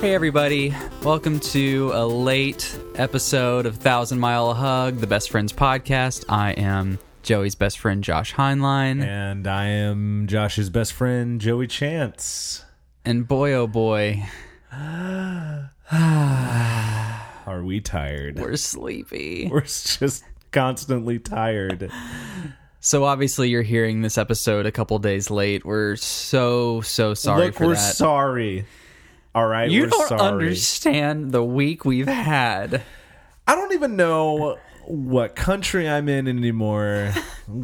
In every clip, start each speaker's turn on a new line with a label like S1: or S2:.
S1: Hey, everybody. Welcome to a late episode of Thousand Mile Hug, the Best Friends podcast. I am Joey's best friend, Josh Heinlein.
S2: And I am Josh's best friend, Joey Chance.
S1: And boy, oh boy,
S2: Are we tired?
S1: we're sleepy.
S2: We're just constantly tired.
S1: So, obviously, you're hearing this episode a couple days late. We're so, so sorry
S2: Look,
S1: for
S2: we're
S1: that.
S2: sorry. All right,
S1: you
S2: we're
S1: don't
S2: sorry.
S1: understand the week we've had.
S2: I don't even know what country I'm in anymore.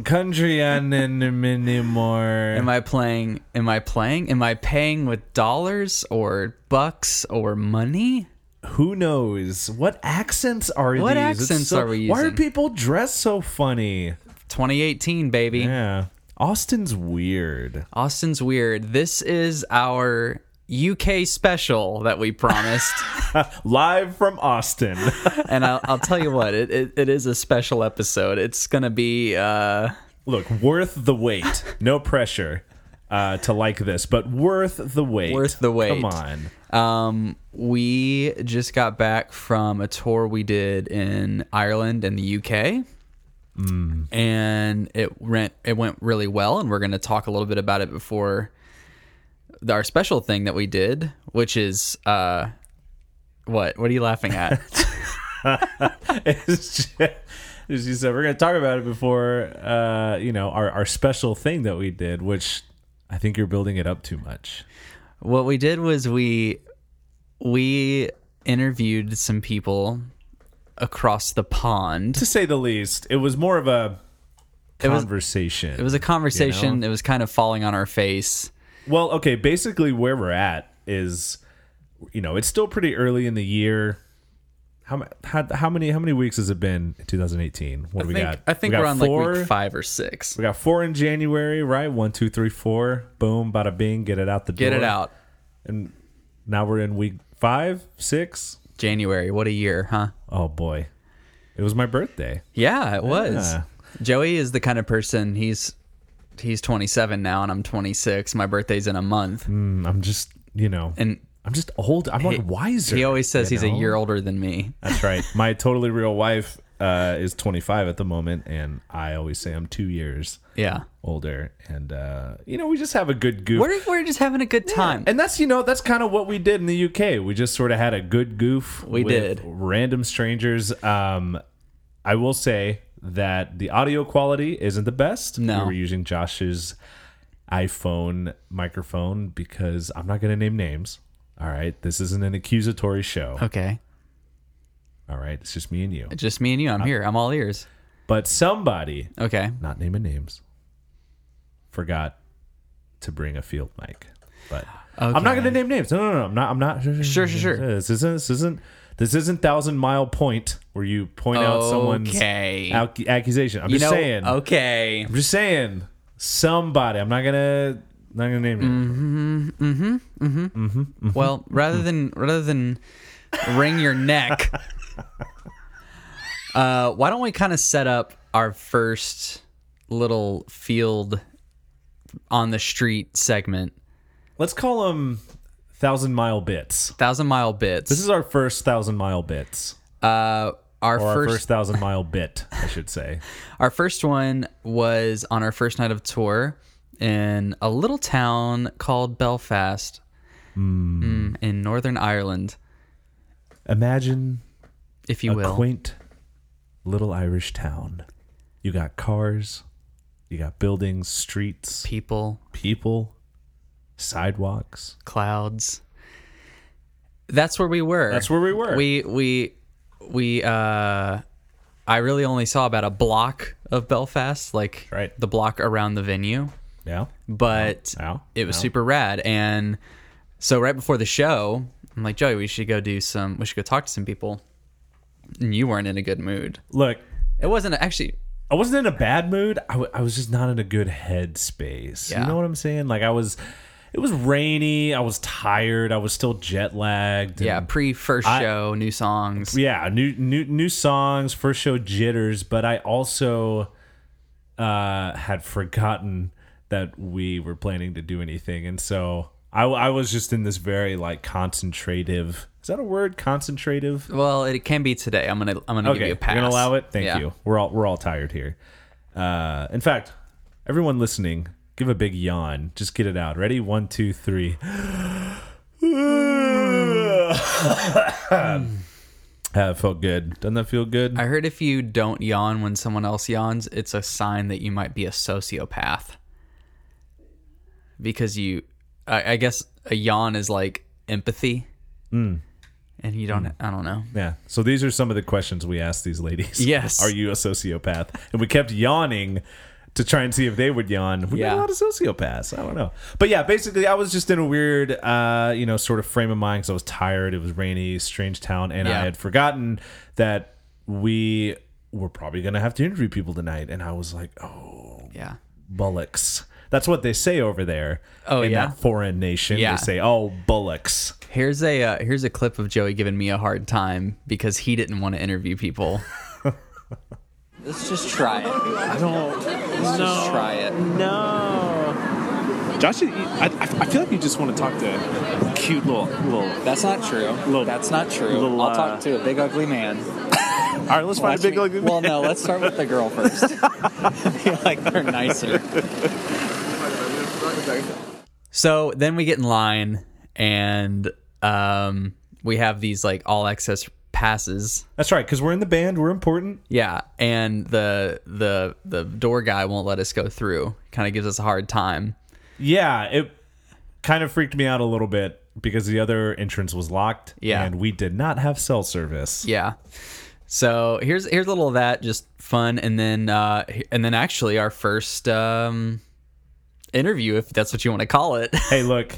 S2: country I'm in anymore.
S1: Am I playing? Am I playing? Am I paying with dollars or bucks or money?
S2: Who knows? What accents are
S1: What
S2: these? It's
S1: accents
S2: so-
S1: are we
S2: Why are
S1: using?
S2: people dressed so funny?
S1: 2018, baby.
S2: Yeah. Austin's weird.
S1: Austin's weird. This is our UK special that we promised,
S2: Uh, Live from Austin.
S1: and I'll, I'll tell you what it, it it is a special episode. It's gonna be uh,
S2: look worth the wait no pressure uh to like this but worth the wait
S1: Worth the wait.
S2: come on
S1: um we just got back from a tour we did in Ireland and the UK. And it went it went really well, and we're going to talk a little bit about it before our special thing that we did, which is uh, what? What are you laughing at?
S2: it's just, as you said we're gonna talk about it before uh you know our, our special thing that we did which i think you're building it up too much
S1: What we did was we we interviewed some people across the pond.
S2: to say the least it was more of a
S1: was-
S2: conversation
S1: It was a conversation. It was kind of falling on our face.
S2: Well, okay, basically where we're at is you know, it's still pretty early in the year. How ma- how, how many how many weeks has it been in 2018? What do
S1: I
S2: we
S1: think,
S2: got?
S1: I think
S2: we got
S1: we are on
S2: four.
S1: like week five or six.
S2: We got four in January, right? One, two, three, four. Boom, bada bing, get it out the
S1: Get
S2: door.
S1: it out.
S2: And now we're in week five, six.
S1: January. What a year, huh?
S2: Oh boy. It was my birthday.
S1: Yeah, it was.
S2: Yeah.
S1: Joey is the kind of person he's he's 27 now and I'm 26. My birthday's in a month.
S2: Mm, I'm just, you know,
S1: And
S2: I'm just old. I'm like wiser.
S1: he always says
S2: you
S1: he's
S2: know?
S1: a year older than me.
S2: That's right. My totally real wife uh, is 25 at the moment, and I always say I'm two years
S1: Yeah.
S2: older. And uh, you know, we just have a good goof.
S1: We're, we're just having a good time.
S2: and that's you know that's kind of what we did in the UK. We just sort of had a good goof.
S1: We
S2: with
S1: did.
S2: random strangers. Um, I will say that the audio quality isn't the best.
S1: No.
S2: we were using Josh's iPhone microphone because I'm not going to name names. All right, this isn't an accusatory show.
S1: Okay.
S2: All right, it's just me and you.
S1: Just me and you. I'm here. I'm all ears.
S2: But somebody,
S1: Okay.
S2: not naming names, forgot to bring a field mic. But I'm not going to name names. No, no, no. I'm not. I'm not. Sure,
S1: sure, sure.
S2: This isn't. This isn't. This isn't thousand mile point where you point out someone's
S1: Okay.
S2: ac- accusation. I'm
S1: You
S2: just
S1: know,
S2: saying.
S1: okay.
S2: I'm just saying. Somebody. I'm not gonna. Not gonna name
S1: Mm.
S2: names.
S1: Well,
S2: Hmm.
S1: rather than rather than wring your neck, uh, why don't we kind of set up our first little field on the street segment,
S2: Let's call them thousand mile bits.
S1: thousand mile bits.
S2: This is our first thousand mile bits,
S1: uh, our
S2: or our
S1: first,
S2: first thousand mile bit, I should say.
S1: our first one was on our first night of tour in a little town called Belfast,
S2: Hmm.
S1: mm, in Northern Ireland,
S2: Imagine
S1: if you
S2: a
S1: will.
S2: quaint little Irish town. You got cars, you got buildings, streets,
S1: People,
S2: people, sidewalks.
S1: clouds. That's where we were.
S2: That's where we were.
S1: We we we uh I really only saw about a block of Belfast, like
S2: Right.
S1: the block around the venue,
S2: yeah.
S1: but
S2: Ow.
S1: it was
S2: Ow.
S1: super rad and so right before the show, I'm like, "Joey, we should go do some we should go talk to some people." And you weren't in a good mood.
S2: Look,
S1: It wasn't actually
S2: I wasn't in a bad mood. I, w- I was just not in a good headspace.
S1: Yeah.
S2: You know what I'm saying? Like I was, it was rainy. I was tired. I was still jet lagged.
S1: yeah,
S2: and-
S1: pre first show, new songs.
S2: yeah new new new songs first show jitters but i also uh had forgotten that we were planning to do anything and so I, I was just in this very like concentrative. Is that a word? Concentrative.
S1: Well, it can be today. I'm gonna I'm gonna give
S2: Okay,
S1: you
S2: you're
S1: a pass.
S2: gonna allow it. Thank
S1: Yeah.
S2: you. We're all we're all tired here. Uh, in fact, everyone listening, give a big yawn. Just get it out. Ready? One, two, three. that felt good. Doesn't that feel good?
S1: I heard if you don't yawn when someone else yawns, it's a sign that you might be a sociopath. Because you, I, I guess a yawn is like empathy.
S3: Hmm.
S1: And you don't, I don't know.
S2: Yeah. So these are some of the questions we asked these ladies.
S1: Yes.
S2: Are you a sociopath? And we kept yawning to try and see if they would yawn. We yeah.
S1: Yeah.
S2: a lot of sociopaths. I don't know. But yeah, basically I was just in a weird uh, you know, sort of frame of mind because I was tired. It was rainy, strange town, and I
S1: Yeah.
S2: had forgotten that we were probably gonna have to interview people tonight. And I was like, Oh,
S1: Yeah.
S2: bullocks. That's what they say over there.
S1: Oh,
S2: in
S1: yeah?
S2: that foreign nation.
S1: Yeah.
S2: They say, Oh, bullocks.
S1: Here's a uh, here's a clip of Joey giving me a hard time because he didn't want to interview people.
S4: Let's just try it. I don't. Let's just try it.
S3: No. Josh, you- I, I- I feel like you just want to talk to cute little little.
S4: That's not true.
S3: Little-
S4: That's not true.
S3: little,
S4: I'll
S3: uh,
S4: talk to a big ugly man.
S3: All right, let's
S4: Watch
S3: find a big
S4: me-
S3: ugly.
S4: Well, no. Let's start with the girl first. Be like they're nicer.
S1: So then we get in line and um, we have these like all access passes.
S2: That's right, because we're in the band, we're important.
S1: Yeah, and the the the door guy won't let us go through. Kind of gives us a hard time.
S2: Yeah, it kind of freaked me out a little bit because the other entrance was locked.
S1: Yeah.
S2: And we did not have cell service.
S1: Yeah. So here's here's a little of that, just fun, and then uh, and then actually our first um, interview, if that's what you want to call it.
S2: Hey, look,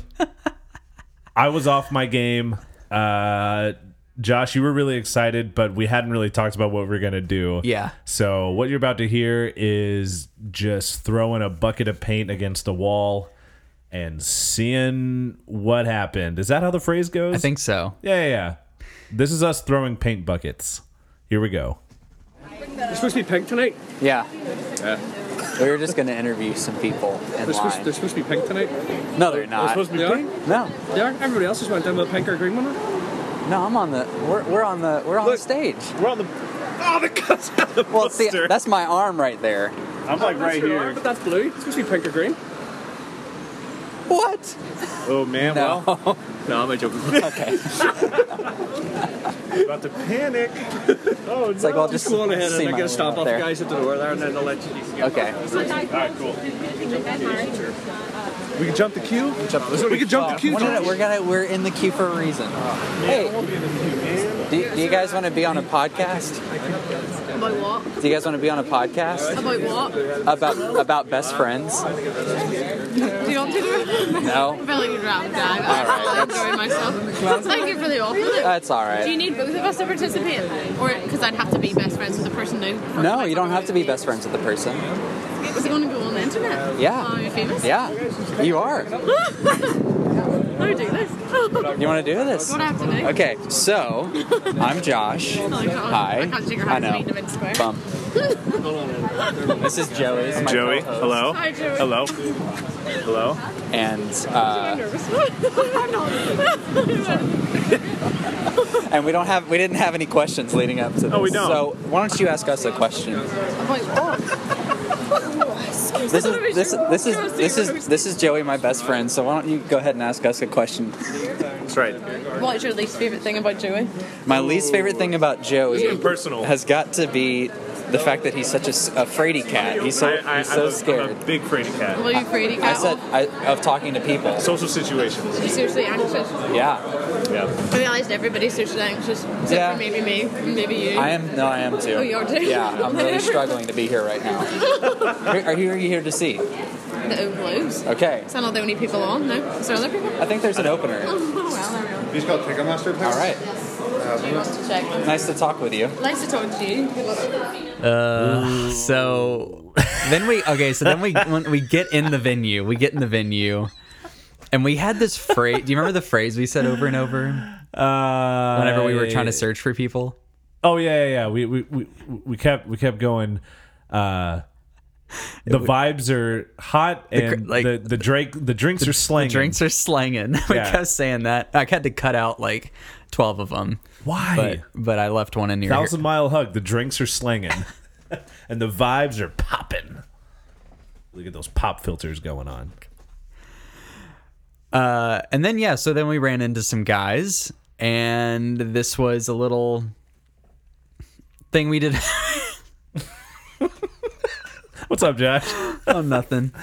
S2: I was off my game. Uh, Josh, you were really excited, but we hadn't really talked about what we were going to do.
S1: Yeah.
S2: So, what you're about to hear is just throwing a bucket of paint against a wall and seeing what happened. Is that how the phrase goes?
S1: I think so.
S2: Yeah, yeah, yeah. This is us throwing paint buckets. Here we go.
S5: Supposed to be pink tonight.
S4: Yeah. We were just gonna interview some people in
S5: They're supposed,
S4: line.
S5: they're supposed to be pink tonight.
S4: No, they're
S5: They're
S4: not.
S5: supposed to be
S4: no,
S5: pink.
S4: no,
S5: They are. Everybody else just went down with a pink or green one.
S4: I'm on the. We're, we're on the. We're on the
S5: Look.
S4: stage.
S2: We're on the
S5: Oh, the cuts out the
S4: Well, see, that's my arm right there.
S2: I'm like right here.
S5: But that's blue. It's supposed to be pink or green.
S4: What?
S2: Oh man,
S4: No.
S5: No, I'm joking.
S4: okay.
S2: well, about to panic. Oh,
S4: It's like I'll just
S5: just go on ahead
S4: see my
S5: and I'm gonna
S4: way
S5: stop
S4: out
S5: off
S4: there.
S5: the guys at the door there, and then I'll let you.
S4: Okay.
S2: we can jump the queue.
S5: We could jump the queue.
S4: We're gonna, we're gonna we're in the queue for a reason. Hey, do, do you guys want to be on a podcast?
S6: About what?
S4: Do you guys want to be on a podcast
S6: About what? Do
S4: about about best friends?
S6: you want to do it? I
S4: No,
S6: feel like you'd rather die.
S4: right,
S6: I'm enjoying myself. Thank you for the offer.
S4: that's all
S6: Do you
S4: right.
S6: need both of us to participate? Or because I'd have to be best friends with the person who.
S4: No, you don't have to be best friends with the person.
S6: Is it going to go on the internet?
S4: Yeah.
S6: Oh, you're famous?
S4: Yeah, you are.
S6: No, do this. what
S4: You want to do this?
S6: do I have to do?
S4: Okay, so I'm Josh.
S6: Oh, God.
S4: Hi.
S6: I can't shake your
S4: I
S6: hand.
S4: know.
S6: Meet them in square.
S4: Bum. This is Joey. my
S3: Joey,
S4: co-host.
S3: hello.
S6: Hi, Joey.
S3: Hello. Hello.
S4: And uh,
S6: Nervous. I'm not.
S4: and we don't have we didn't have any questions leading up to this.
S3: No, Oh, we don't.
S4: So why don't you ask us a question?
S6: About what?
S4: This is this this is this is this is Joey, my best friend. So why don't you go ahead and ask us a question?
S3: That's right.
S6: What is your least favourite thing about Joey?
S4: My least favorite thing about Joey
S3: Impersonal.
S4: has got to be the fact that he's such a, s- a fraidy cat. He's so
S3: I, I,
S4: he's
S3: I'm a-
S4: so
S3: I'm
S4: scared.
S3: a big fraidy cat.
S6: Will you afraid he
S4: I
S6: got
S4: said
S6: off?
S4: I, of talking to people.
S3: Social situations.
S6: He's seriously anxious.
S4: Yeah,
S3: Yeah.
S6: I realised everybody's socially anxious, except
S4: Yeah.
S6: for maybe me, and maybe you.
S4: I am. No, I am too.
S6: Oh, you are too?
S4: Yeah, I'm really struggling to be here right now. Who- Are you, are you here to see?
S6: the old blues.
S4: Okay.
S6: So I'm not the only people on, no? Is there other people?
S4: I think there's an opener.
S6: Oh, well, there we are.
S7: You just got Ticketmaster, please.
S4: All right.
S6: She wants to check.
S4: Nice to talk with you.
S6: Nice to talk to you.
S1: So then we okay. So then we when we get in the venue. We get in the venue, and we had this phrase. Do you remember the phrase we said over and over
S2: Uh,
S1: whenever we were trying to search for people?
S2: Oh yeah, yeah, yeah. We we we, we kept we kept going. Uh, The vibes are hot,
S1: cr-
S2: and the
S1: like-
S2: the, Drake the drinks are slanging.
S1: Drinks are slanging. we
S2: Yeah.
S1: kept saying that. I had to cut out like twelve of them,
S2: why
S1: but but I left one in your
S2: thousand mile hug. The drinks are slanging, and the vibes are popping. Look at those pop filters going on.
S1: Uh, and then yeah, so then we ran into some guys, and this was a little thing we did
S2: What's up, Josh?
S1: oh, nothing.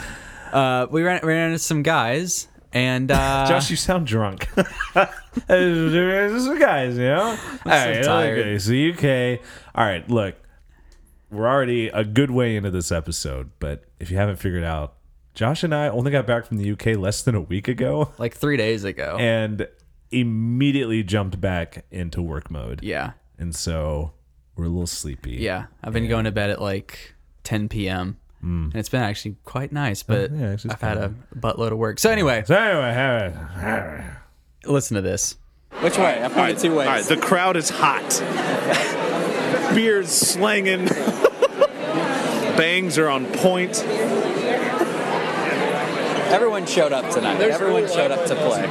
S1: Uh, we ran ran into some guys, and uh,
S2: Josh, you sound drunk. There's some guys, you know. All right,
S1: tired.
S2: okay, so UK. All right, look, we're already a good way into this episode, but if you haven't figured out, Josh and I only got back from the UK less than a week ago,
S1: like three days ago.
S2: and immediately jumped back into work mode,
S1: yeah,
S2: and so we're a little sleepy.
S1: yeah. I've been going to bed at like 10 p.m. And it's been actually quite nice, but
S2: yeah, it's just
S1: I've had a buttload of work. So anyway,
S2: So anyway,
S1: listen to this.
S4: Which way? I pointed two ways.
S3: All right, the crowd is hot. Beers slanging. Bangs are on point.
S4: Everyone showed up tonight. Everyone showed up to play.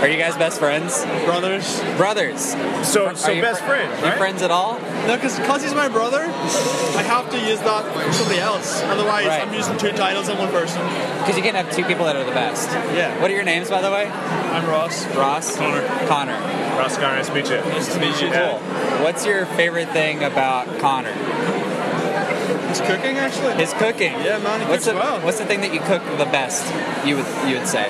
S4: Are you guys best friends?
S5: Brothers.
S4: Brothers?
S3: So,
S4: Are you fr- You friends at all?
S5: No, because he's my brother, I have to use that for somebody else. Otherwise,
S4: Right.
S5: I'm using two titles in one person.
S4: Because you can have two people that are the best.
S5: Yeah.
S4: What are your names, by the way?
S5: I'm Ross.
S4: Ross.
S5: Connor.
S4: Connor.
S3: Ross, nice to meet you.
S5: Nice to meet you.
S3: Yeah.
S4: What's your favorite thing about Connor?
S5: He's cooking, actually.
S4: His cooking.
S5: Yeah, man, he
S4: what's
S5: cooks
S4: the,
S5: well.
S4: What's the thing that you cook the best? You would you would say.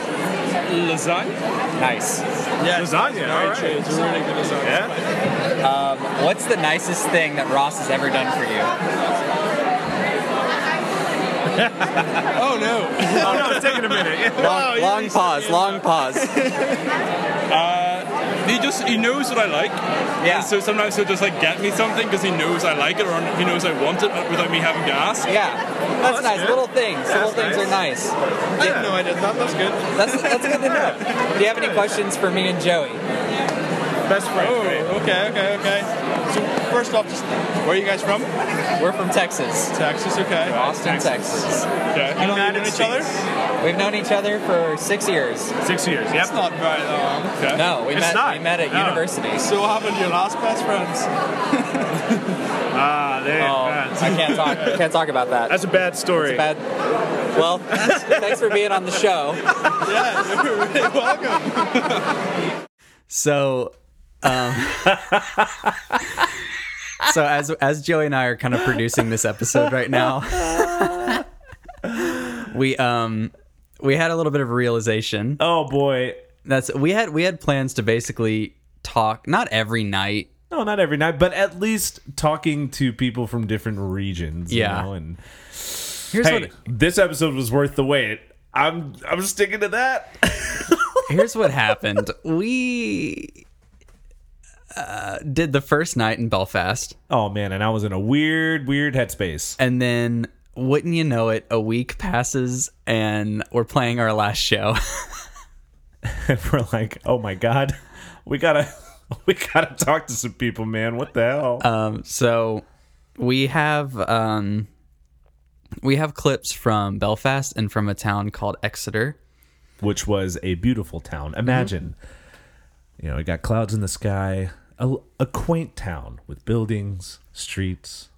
S5: lasagna.
S4: Nice.
S5: Yeah.
S3: Lasagna, all
S5: It's
S3: right.
S5: a really good lasagna.
S3: Yeah?
S4: What's the nicest thing that Ross has ever done for you?
S5: Oh no.
S3: Oh, no, it's taking a minute.
S4: Long,
S5: yeah,
S4: long
S5: he's-
S4: pause. Long pause.
S7: He just he knows what I like,
S4: Yeah.
S7: and so sometimes he'll just like get me something because he knows I like it or he knows I want it without me having to ask.
S4: yeah. That's, nice. Little things. Little things are nice.
S5: I didn't know I did that. That's good.
S4: That's, that's good to know. Do you have any questions for me and Joey?
S5: Best friends. Oh, okay, okay, okay. So first off, just where are you guys from?
S4: We're from Texas.
S5: Texas. Okay.
S4: Austin, Texas.
S5: How long have you known each other?
S4: We've known each other for six years.
S3: Six years,
S5: That's not very long.
S4: No, we
S3: It's
S4: met
S3: not.
S4: we met at
S3: No.
S4: university.
S5: So what happened to your last best friends?
S3: Ah, there,
S4: Oh, I can't talk can't talk about that.
S3: That's a bad story.
S4: bad. Well, thanks for being on the show.
S5: Yeah, you're really welcome.
S1: So, um, so as as Joey and I are kind of producing this episode right now, we um we had a little bit of a realization.
S2: oh boy,
S1: That's we had we had plans to basically talk not every night.
S2: No, not every night, but at least talking to people from different regions. you
S1: Yeah.
S2: know, and
S1: Here's
S2: hey,
S1: what
S2: this episode was worth the wait. I'm I'm sticking to that.
S1: here's what happened. We uh, did the first night in Belfast.
S2: Oh man, and I was in a weird, weird headspace.
S1: and then wouldn't you know it a week passes and we're playing our last show
S2: And we're like, oh my god, we gotta we gotta talk to some people, man. What the hell?
S1: Uh, so we have um we have clips from belfast and from a town called exeter
S2: Which was a beautiful town. Imagine,
S1: Mm-hmm.
S2: you know, it got clouds in the sky, a, a quaint town with buildings, streets.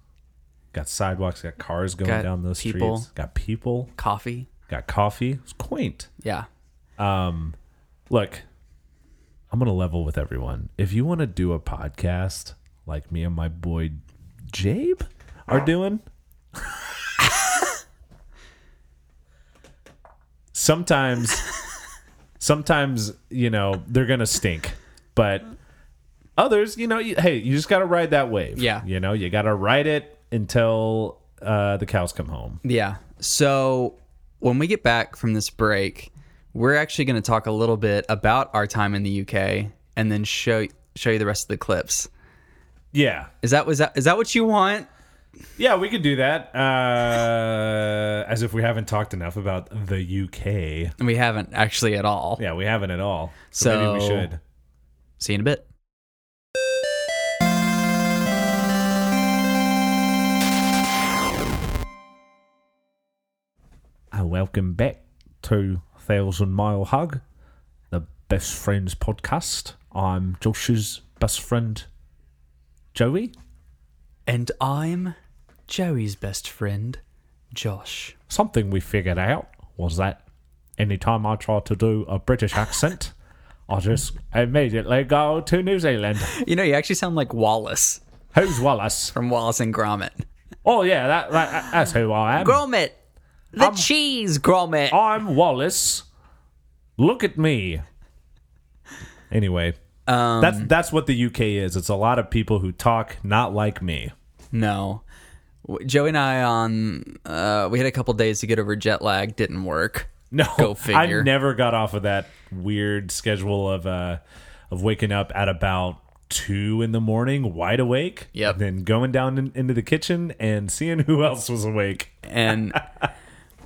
S2: Got sidewalks, got cars going
S1: Got
S2: down those
S1: people.
S2: streets. Got people.
S1: coffee
S2: got coffee. It was quaint.
S1: yeah
S2: Look, I'm gonna level with everyone. If you want to do a podcast like me and my boy Jabe are doing, sometimes, sometimes you know they're gonna stink, but others, you know, you, hey, you just gotta ride that wave.
S1: Yeah.
S2: you know, you gotta ride it until uh, the cows come home.
S1: yeah so when we get back from this break we're actually going to talk a little bit about our time in the uk and then show show you the rest of the clips
S2: Yeah,
S1: is that was that is that what you want
S2: Yeah, we could do that. Uh, as if we haven't talked enough about the UK.
S1: we haven't actually at all
S2: Yeah, we haven't at all. So, maybe we
S1: So-
S2: should.
S1: see you in a bit
S2: Welcome back to Thousand Mile Hug, the Best Friends podcast. I'm Josh's best friend, Joey.
S1: And I'm Joey's best friend, Josh.
S2: Something we figured out was that anytime I try to do a British accent, I just immediately go to New Zealand.
S1: You know, you actually sound like Wallace
S2: Who's Wallace?
S1: from Wallace and Gromit.
S2: Oh yeah, that, that that's who I am.
S1: Gromit! The cheese, Gromit!
S2: I'm Wallace. Look at me. Anyway,
S1: Um,
S2: that's that's what the UK is. It's a lot of people who talk not like me.
S1: No. W- Joey and I on uh, we had a couple days to get over jet lag. Didn't work.
S2: No,
S1: Go figure.
S2: I never got off of that weird schedule of uh, of waking up at about two in the morning, wide awake.
S1: Yep.
S2: and then going down in, into the kitchen and seeing who else was awake.
S1: And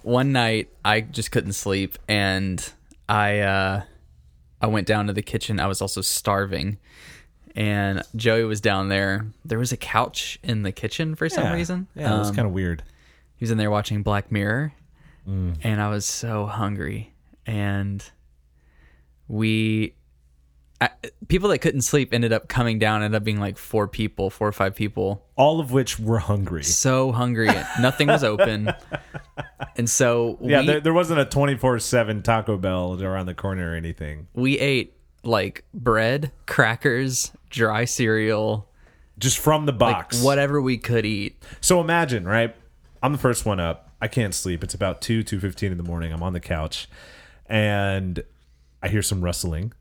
S1: one night I just couldn't sleep, and I uh, I went down to the kitchen. I was also starving, and Joey was down there. There was a couch in the kitchen for some
S2: Yeah.
S1: reason.
S2: Yeah, it was
S1: Um,
S2: kind of weird.
S1: he was in there watching Black Mirror,
S2: Mm.
S1: and I was so hungry. And we, I, people that couldn't sleep ended up coming down, ended up being like four people, four or five people,
S2: All of which were hungry.
S1: so hungry. Nothing was open. And so
S2: Yeah,
S1: we,
S2: there, there wasn't a twenty four seven Taco Bell around the corner or anything.
S1: we ate like bread, crackers, dry cereal,
S2: Just from the box.
S1: whatever we could eat.
S2: So imagine, right? I'm the first one up. I can't sleep. It's about two, two fifteen in the morning. I'm on the couch, and I hear some rustling,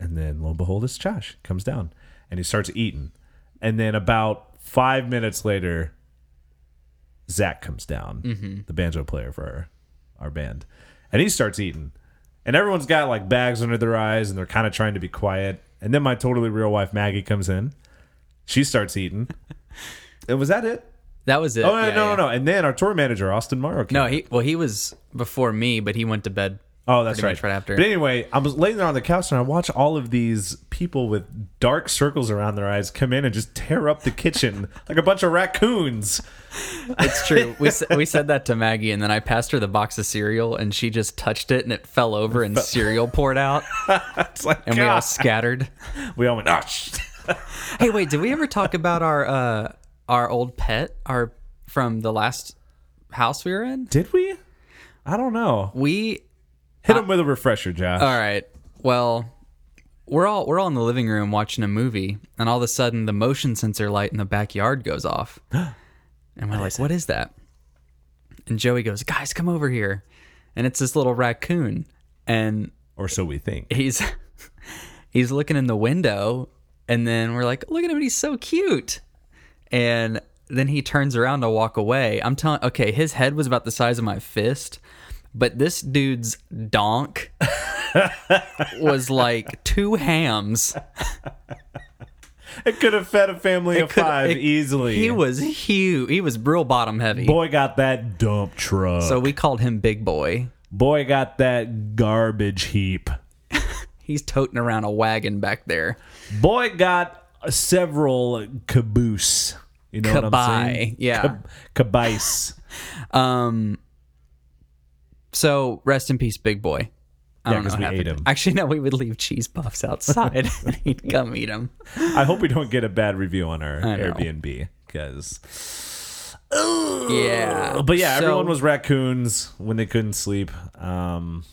S2: and then lo and behold, it's Josh comes down, and he starts eating, and then about five minutes later, Zach comes down, the banjo player for our, our band, and he starts eating, and everyone's got like bags under their eyes, and they're kind of trying to be quiet, and then my totally real wife Maggie comes in, she starts eating, and was that it?
S1: That was it.
S2: Oh no,
S1: Yeah,
S2: no,
S1: yeah.
S2: no! And then our tour manager Austin Morrow. Came.
S1: No, he well, he was before me, but he went to bed.
S2: oh, that's
S1: pretty
S2: right.
S1: much right after.
S2: But anyway, I was laying there on the couch and I watch all of these people with dark circles around their eyes come in and just tear up the kitchen like a bunch of raccoons.
S1: It's true. We, s- we said that to Maggie, and then I passed her the box of cereal, and she just touched it, and it fell over, and cereal poured out,
S2: It's like
S1: and we
S2: God.
S1: all scattered.
S2: we all went. Oh, shit."
S1: Hey, wait, did we ever talk about our uh, our old pet, our from the last house we were in?
S2: Did we? I don't know.
S1: We Uh,
S2: Hit him with a refresher, Josh.
S1: all right. Well, we're all we're all in the living room watching a movie, and all of a sudden the motion sensor light in the backyard goes off, and we're like, "What is that?" And Joey goes, "Guys, come over here," and it's this little raccoon, and
S2: Or so we think.
S1: he's he's looking in the window and then we're like look at him he's so cute and then he turns around to walk away i'm telling okay his head was about the size of my fist but this dude's donk was like two hams
S2: It could have fed a family of
S1: Could-
S2: five
S1: it-
S2: easily.
S1: he was huge he was real bottom heavy
S2: Boy got that dump truck.
S1: so we called him big boy
S2: Boy got that garbage heap.
S1: he's toting around a wagon back there
S2: Boy got several caboose. You know what I'm
S1: Kabai,
S2: saying?
S1: yeah.
S2: Cab- cabice.
S1: so rest in peace big boy I
S2: Yeah,
S1: don't know
S2: 'cause
S1: what
S2: we
S1: happened.
S2: ate him.
S1: Actually, no, we would leave cheese puffs outside and he'd come eat them.
S2: I hope we don't get a bad review on our
S1: know.
S2: Airbnb because.
S1: Yeah.
S2: But yeah,
S1: So-
S2: everyone was raccoons when they couldn't sleep. Um,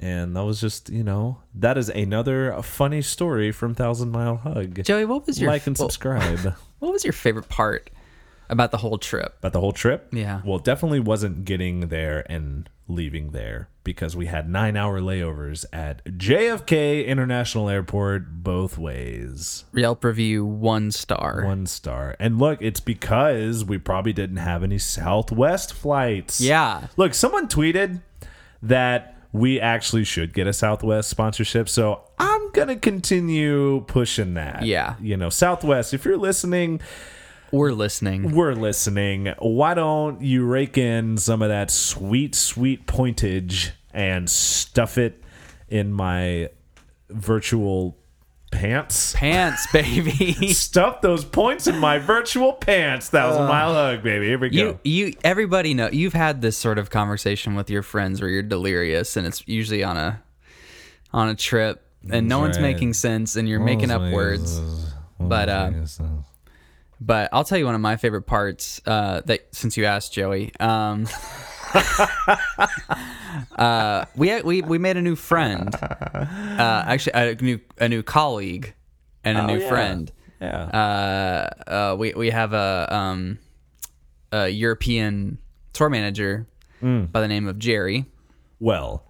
S2: and that was just you know that is another funny story from Thousand Mile Hug.
S1: Joey, what was your
S2: like and
S1: well,
S2: subscribe.
S1: What was your favorite part about the whole trip?
S2: About the whole trip?
S1: Yeah.
S2: Well, it definitely wasn't getting there and leaving there because we had nine hour layovers at JFK International Airport both ways.
S1: Yelp review one star.
S2: One star. And look, it's because we probably didn't have any Southwest flights.
S1: Yeah.
S2: Look, someone tweeted that we actually should get a Southwest sponsorship. So I'm going to continue pushing that.
S1: Yeah.
S2: You know, Southwest, if you're listening,
S1: We're listening.
S2: we're listening. Why don't you rake in some of that sweet, sweet pointage and stuff it in my virtual Pants.
S1: Pants, baby.
S2: Stuff those points in my virtual pants. Thousand mile hug, baby. Here we go.
S1: You, you, everybody know you've had this sort of conversation with your friends where you're delirious, and it's usually on a, on a trip, and no one's
S2: right.
S1: making sense, and you're making up words. But uh, but I'll tell you one of my favorite parts. Uh, that since you asked, Joey, um, uh, we we we made a new friend. Uh, actually, a new a new colleague and a new
S2: Oh, yeah.
S1: friend.
S2: yeah.
S1: uh, we we have a um, a European tour manager
S2: Mm.
S1: by the name of Jerry.
S2: well,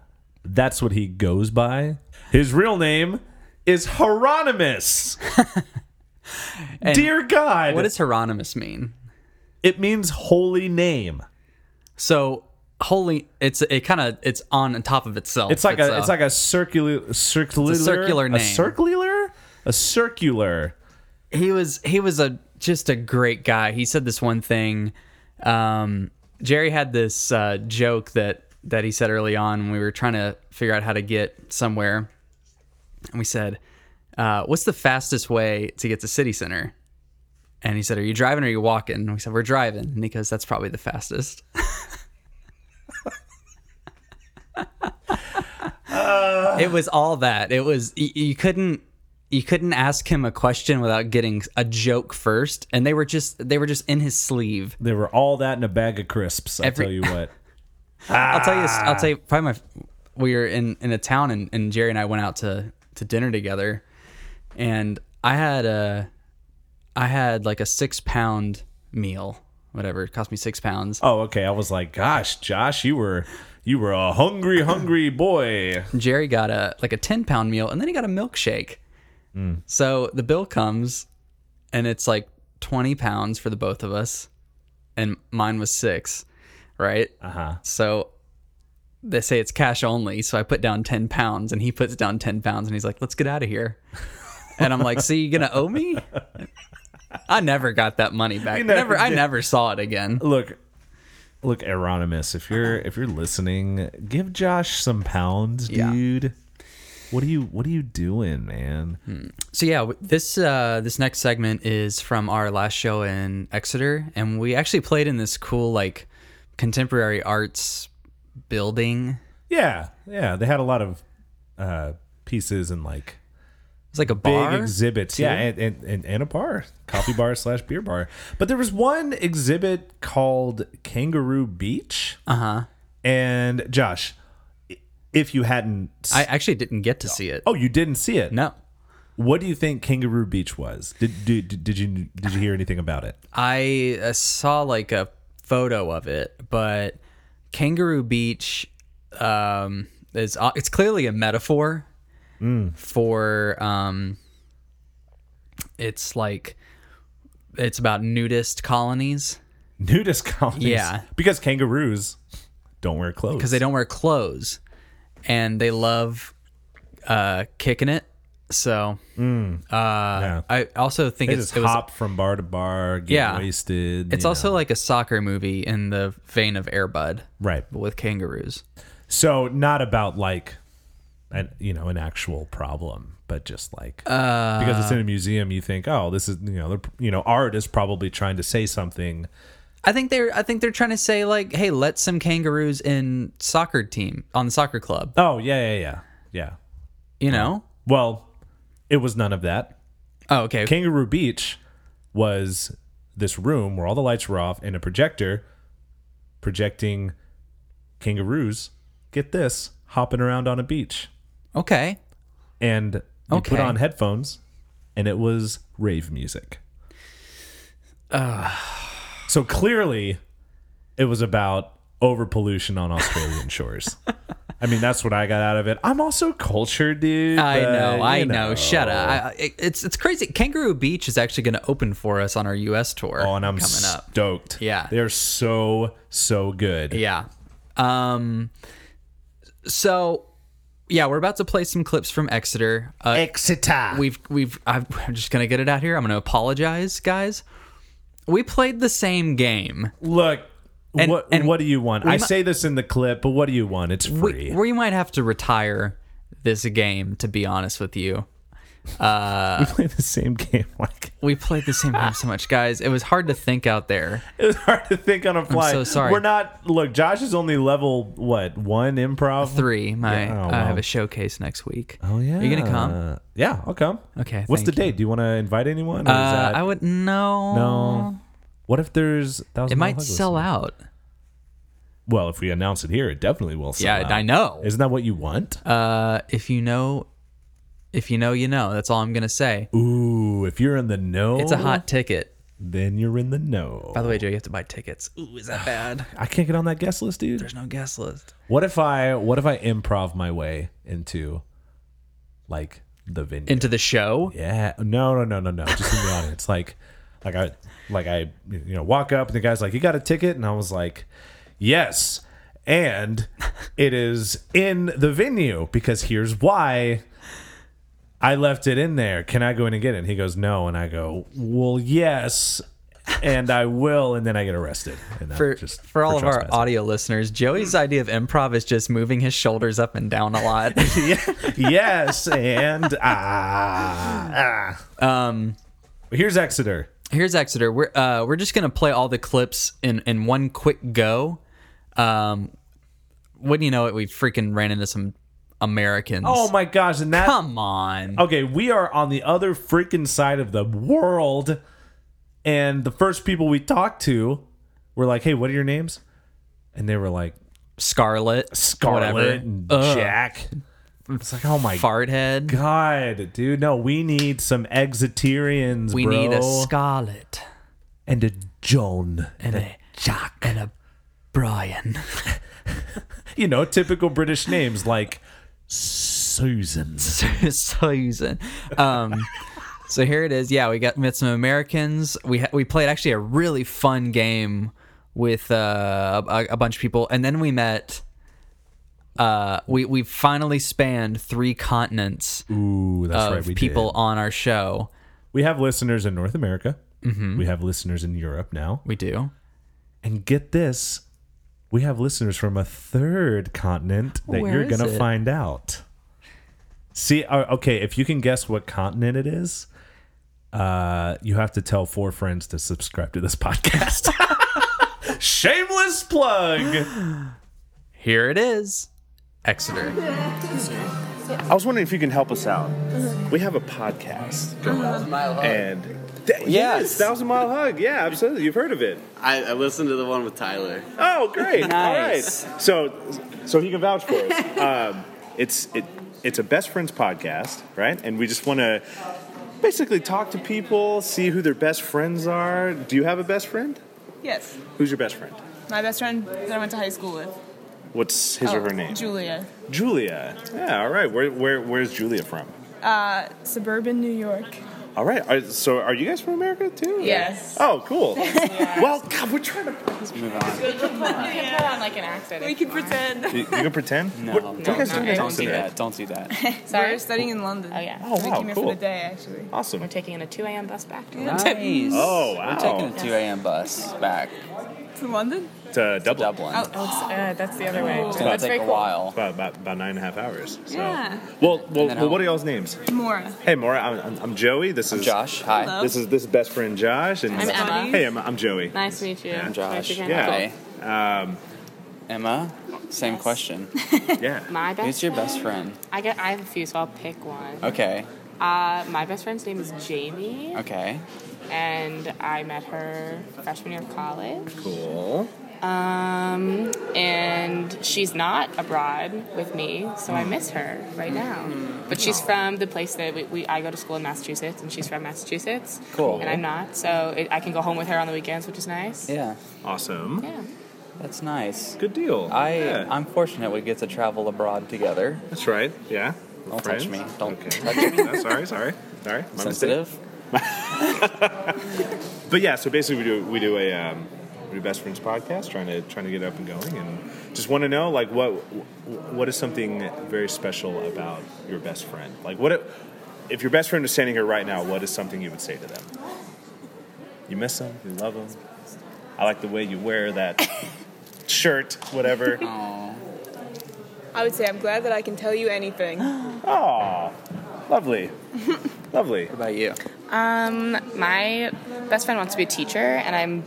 S2: that's what he goes by. His real name is Hieronymus.
S1: And
S2: Dear God.
S1: what does Hieronymus mean?
S2: it means holy name.
S1: So holy, it's it kind of it's on top of itself.
S2: It's like a, it's like a circular circular
S1: circular name.
S2: A circular? A circular.
S1: he was he was a just a great guy. He said this one thing. Um, Jerry had this uh, joke that that he said early on when we were trying to figure out how to get somewhere, and we said, uh, "What's the fastest way to get to city center?" And he said, "Are you driving or are you walking?" And we said, "We're driving." And he goes, "That's probably the fastest." it was all that. It was you, you couldn't you couldn't ask him a question without getting a joke first, and they were just they were just in his sleeve.
S2: They were all that in a bag of crisps. I
S1: Every-
S2: tell you what.
S1: I'll tell you. I'll tell you. Probably my. We were in in a town, and, and Jerry and I went out to to dinner together, and I had a, I had like a six pound meal, whatever. It cost me six pounds.
S2: Oh, okay. I was like, gosh, Josh, you were you were a hungry, hungry boy.
S1: Jerry got a like a ten pound meal, and then he got a milkshake.
S2: Hmm.
S1: So the bill comes, and it's like twenty pounds for the both of us, and mine was six, right? Uh
S2: Uh-huh.
S1: huh. So they say it's cash only, so I put down ten pounds, and he puts down ten pounds, and he's like, "Let's get out of here," and I'm like, "So you gonna owe me?" I never got that money back.
S2: You never
S1: never I
S2: did.
S1: never saw it again.
S2: Look, look, Aeronymous, if you're if you're listening, give Josh some pounds,
S1: Yeah.
S2: dude. What are you what are you doing, man?
S1: Hmm. So yeah, w- this uh, this next segment is from our last show in Exeter, and we actually played in this cool like contemporary arts building.
S2: Yeah, yeah. They had a lot of uh pieces and like
S1: It's like a
S2: big
S1: bar.
S2: exhibits. Yeah, and, and, and, and a bar. Coffee bar slash beer bar. But there was one exhibit called Kangaroo Beach. Uh-huh. And Josh, i- if you hadn't
S1: I actually didn't get to see it.
S2: Oh, you didn't see it.
S1: No,
S2: What do you think Kangaroo Beach was? Did did, did you did you hear anything about it?
S1: I uh, saw like a photo of it, but Kangaroo Beach um, is uh, it's clearly a metaphor
S2: Mm.
S1: for um, it's like it's about nudist colonies.
S2: Nudist colonies.
S1: Yeah.
S2: Because kangaroos don't wear clothes.
S1: because they don't wear clothes and they love uh kicking it so
S2: yeah.
S1: i also think
S2: they
S1: it's
S2: just
S1: it was-
S2: hop from bar to bar, get
S1: Yeah.
S2: wasted.
S1: it's
S2: you
S1: also
S2: know.
S1: like a soccer movie in the vein of airbud
S2: right.
S1: but with kangaroos
S2: So not about like an you know, an actual problem, but just like uh, because it's in a museum, you think, oh, this is you know, they're, you know, art is probably trying to say something.
S1: i think they're i think they're trying to say like hey let some kangaroos in soccer team on the soccer club
S2: Oh yeah, yeah, yeah, yeah.
S1: you know
S2: Well, it was none of that.
S1: oh okay
S2: Kangaroo Beach was this room where all the lights were off and a projector projecting kangaroos, get this, hopping around on a beach.
S1: okay
S2: And you put
S1: Okay.
S2: on headphones and it was rave music. So clearly it was about overpollution on Australian shores. I mean, that's what I got out of it. I'm also cultured, dude.
S1: I
S2: but,
S1: know, I
S2: you
S1: know. Shut up! I, I- it- it's it's crazy. Kangaroo Beach is actually going to open for us on our U.S. tour.
S2: Oh, and I'm
S1: coming up.
S2: stoked.
S1: Yeah.
S2: they're so so good.
S1: Yeah. Um so yeah, we're about to play some clips from Exeter. Uh, Exeter. We've we've I've, I'm just going to get it out here. I'm going to apologize, guys. We played the same game.
S2: Look,
S1: And-
S2: what
S1: and
S2: what do you want?
S1: we
S2: I
S1: mu-
S2: say this in the clip, but what do you want? It's
S1: We,
S2: free.
S1: we might have to retire this game to be honest with you.
S2: we play the same game. Like
S1: We played the same game so much, guys. It was hard to think out there.
S2: it was hard to think on a fly.
S1: so sorry.
S2: We're not. Look, Josh is only level what one improv.
S1: Three. My
S2: Yeah, oh,
S1: I
S2: wow.
S1: have a showcase next week.
S2: Oh yeah.
S1: Are you gonna come?
S2: Yeah, I'll come.
S1: Okay,
S2: What's the
S1: thank you.
S2: date? Do you want to invite anyone? Or is
S1: Uh,
S2: that-
S1: I would no.
S2: No. What if there's?
S1: It might sell out.
S2: Well, if we announce it here, it definitely will sell
S1: Yeah,
S2: out.
S1: I know.
S2: Isn't that what you want?
S1: Uh, if you know, if you know, you know. That's all I'm gonna say.
S2: Ooh, if you're in the know,
S1: It's a hot ticket.
S2: Then you're in the know.
S1: By the way, Joe, you have to buy tickets. Ooh, is that bad?
S2: I can't get on that guest list, dude.
S1: There's no guest list.
S2: What if I what if I improv my way into like the venue?
S1: Into the show.
S2: yeah, no, no, no, no, no. Just in the audience, like, like I, like I, you know, walk up and the guy's like, "You got a ticket?" And I was like, "Yes," and it is in the venue because here's why. I left it in there. Can I go in and get it? And he goes, "No," and I go, "Well, yes." And I will, and then I get arrested. And that
S1: For,
S2: just
S1: for all of our
S2: trespassing.
S1: audio listeners, Joey's idea of improv is just moving his shoulders up and down a lot.
S2: yes, and ah, ah. Um, here's Exeter.
S1: here's Exeter. We're uh, we're just gonna play all the clips in in one quick go. Um, wouldn't you know it? We freaking ran into some Americans.
S2: Oh my Oh. gosh, and that.
S1: Come on.
S2: Okay, we are on the other freaking side of the world, and the first people we talked to were like, "Hey, what are your names?" And they were like,
S1: Scarlet. whatever.
S2: "Scarlet and
S1: Ugh,
S2: Jack." It's like, oh my
S1: Farthead.
S2: god, dude! No, we need some Exeterians.
S1: We
S2: bro.
S1: need a Scarlet
S2: and a Joan.
S1: and a Jack and a Brian.
S2: You know, typical British names like Susan.
S1: Susan. Um, so here it is. Yeah, we got met some Americans. We ha- we played actually a really fun game with uh, a, a bunch of people, and then we met. Uh, we we finally spanned three continents
S2: Ooh, that's
S1: of
S2: right. We
S1: people
S2: did.
S1: on our show.
S2: We have listeners in North America.
S1: Mm-hmm.
S2: We have listeners in Europe now.
S1: We do.
S2: And get this, we have listeners from a third continent that
S1: Where
S2: you're
S1: is
S2: gonna
S1: it?
S2: find out. See, uh, okay, if you can guess what continent it is, uh, you have to tell four friends to subscribe to this podcast. Shameless plug.
S1: Here it is. Exeter.
S3: I was wondering if you can help us out. We have a podcast. And Th-
S8: Yes.
S3: Thousand Mile Hug. Yeah, absolutely. You've heard of it.
S8: I, I listened to the one with Tyler.
S3: Oh, great!
S8: Nice.
S3: All right. So, so he can vouch for us. um, it's it, it's a best friends podcast, right? And we just want to basically talk to people, see who their best friends are. Do you have a best friend?
S9: Yes.
S3: Who's your best friend?
S9: My best friend that I went to high school with. Oh,
S3: What's his
S8: Oh,
S3: or her name?
S9: Julia.
S3: Julia. Yeah. All right. Where where where's Julia from?
S9: Suburban New York.
S3: All right. Are, so, are you guys from America too?
S9: Yes.
S3: Oh, cool. Well, God, we're trying to.
S9: Put on like an accent. We can pretend.
S3: You, you can pretend.
S8: No,
S3: What, what are you guys doing
S8: don't do
S3: today?
S8: that. Don't do that.
S9: Sorry. We're studying in London. Oh, yeah.
S3: Oh,
S9: we
S3: wow,
S9: came here
S3: cool.
S9: for the day, actually.
S3: Awesome.
S10: taking a 2 a.m. bus back to
S8: nice.
S3: Oh, wow.
S8: We're taking a 2 a.m. bus back
S9: To London?
S3: To
S8: to
S3: Dublin.
S8: Dublin.
S10: Oh, uh, that's the other way.
S8: It's gonna
S10: That's
S8: take
S10: very
S8: a
S10: cool.
S8: while.
S3: About, about about nine and a half hours. So.
S9: Yeah.
S3: Well, well,
S8: then
S3: well
S8: I'll-
S3: what are y'all's names?
S9: Mora.
S3: Hey, Maura. I'm, I'm, I'm Joey. This is
S8: Josh, hi.
S9: Hello.
S3: This is this is best friend Josh. And
S10: I'm Emma.
S3: Hey, I'm, I'm Joey.
S10: Nice to meet you.
S8: I'm Josh.
S3: Yeah.
S8: Hi. Emma, same question.
S3: Yeah.
S10: My best
S8: Who's your best friend?
S10: I get I have a few, so I'll pick one.
S8: Okay,
S10: Uh, my best friend's name is Jamie,
S8: okay.
S10: and I met her freshman year of college.
S8: Cool.
S10: Um, and she's not abroad with me, so I miss her right now. But she's from the place that we, we I go to school in Massachusetts, and she's from Massachusetts.
S8: Cool.
S10: And I'm not, so it, I can go home with her on the weekends, which is nice.
S8: Yeah,
S3: Awesome.
S10: Yeah.
S8: that's nice.
S3: Good deal.
S8: I
S3: Yeah.
S8: I'm fortunate we get to travel abroad together.
S3: That's right. Yeah. We're
S8: Don't
S3: friends.
S8: touch me. Don't
S3: Okay.
S8: touch me.
S3: No, sorry. Sorry. Sorry. My mistake.
S8: Sensitive.
S3: But yeah, so basically we do we do a um, we do best friends podcast, trying to trying to get it up and going, and just want to know like what what is something very special about your best friend? Like what if, if your best friend was standing here right now? What is something you would say to them? You miss them? You love them? I like the way you wear that shirt, whatever.
S9: I would say I'm glad that I can tell you anything.
S3: Aw, lovely. Lovely. What
S8: about you?
S10: Um, my best friend wants to be a teacher, and I'm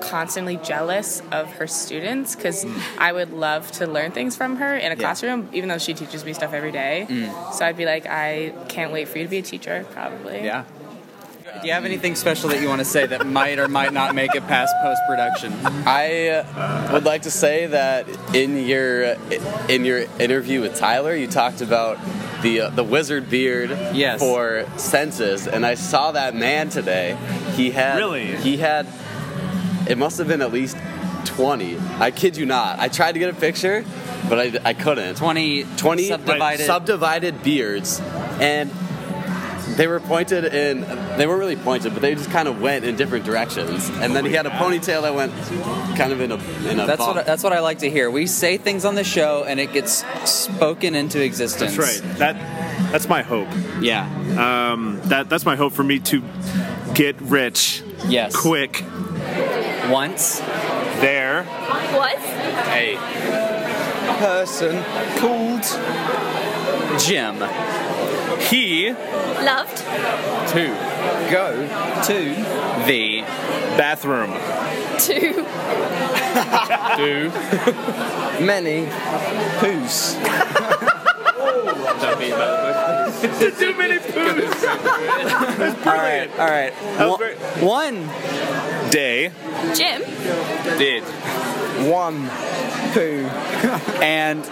S10: constantly jealous of her students because
S11: Mm.
S10: I would love to learn things from her in a
S8: Yeah.
S10: classroom, even though she teaches me stuff every day.
S8: Mm.
S10: So I'd be like, I can't wait for you to be a teacher, probably.
S8: Yeah.
S10: Do
S1: Do you have anything special that you want to say that might or might not make it past post production?
S11: I uh, would like to say that in your in your interview with Tyler, you talked about the uh, the wizard beard for senses, and I saw that man today. He had really he had it must have been at least twenty. I kid you not. I tried to get a picture, but I, I couldn't.
S1: 20,
S11: 20
S1: subdivided-
S11: subdivided beards, and they were pointed in. They weren't really pointed, but they just kind of went in different directions. And then he had a ponytail that went kind of in a in a.
S1: That's
S11: bump.
S1: what, that's what I like to hear. We say things on the show and it gets spoken into existence.
S3: That's right. That that's my hope.
S1: Yeah.
S3: Um, that that's my hope for me to get rich.
S1: Yes.
S3: Quick.
S1: Once.
S3: There.
S12: What?
S1: A person called Jim. He
S12: Loved.
S1: to go to the
S3: bathroom.
S12: Two.
S1: Do many poos.
S12: Too many poos.
S1: All right, all right. One, one
S3: day
S12: Jim.
S3: did
S1: one poo and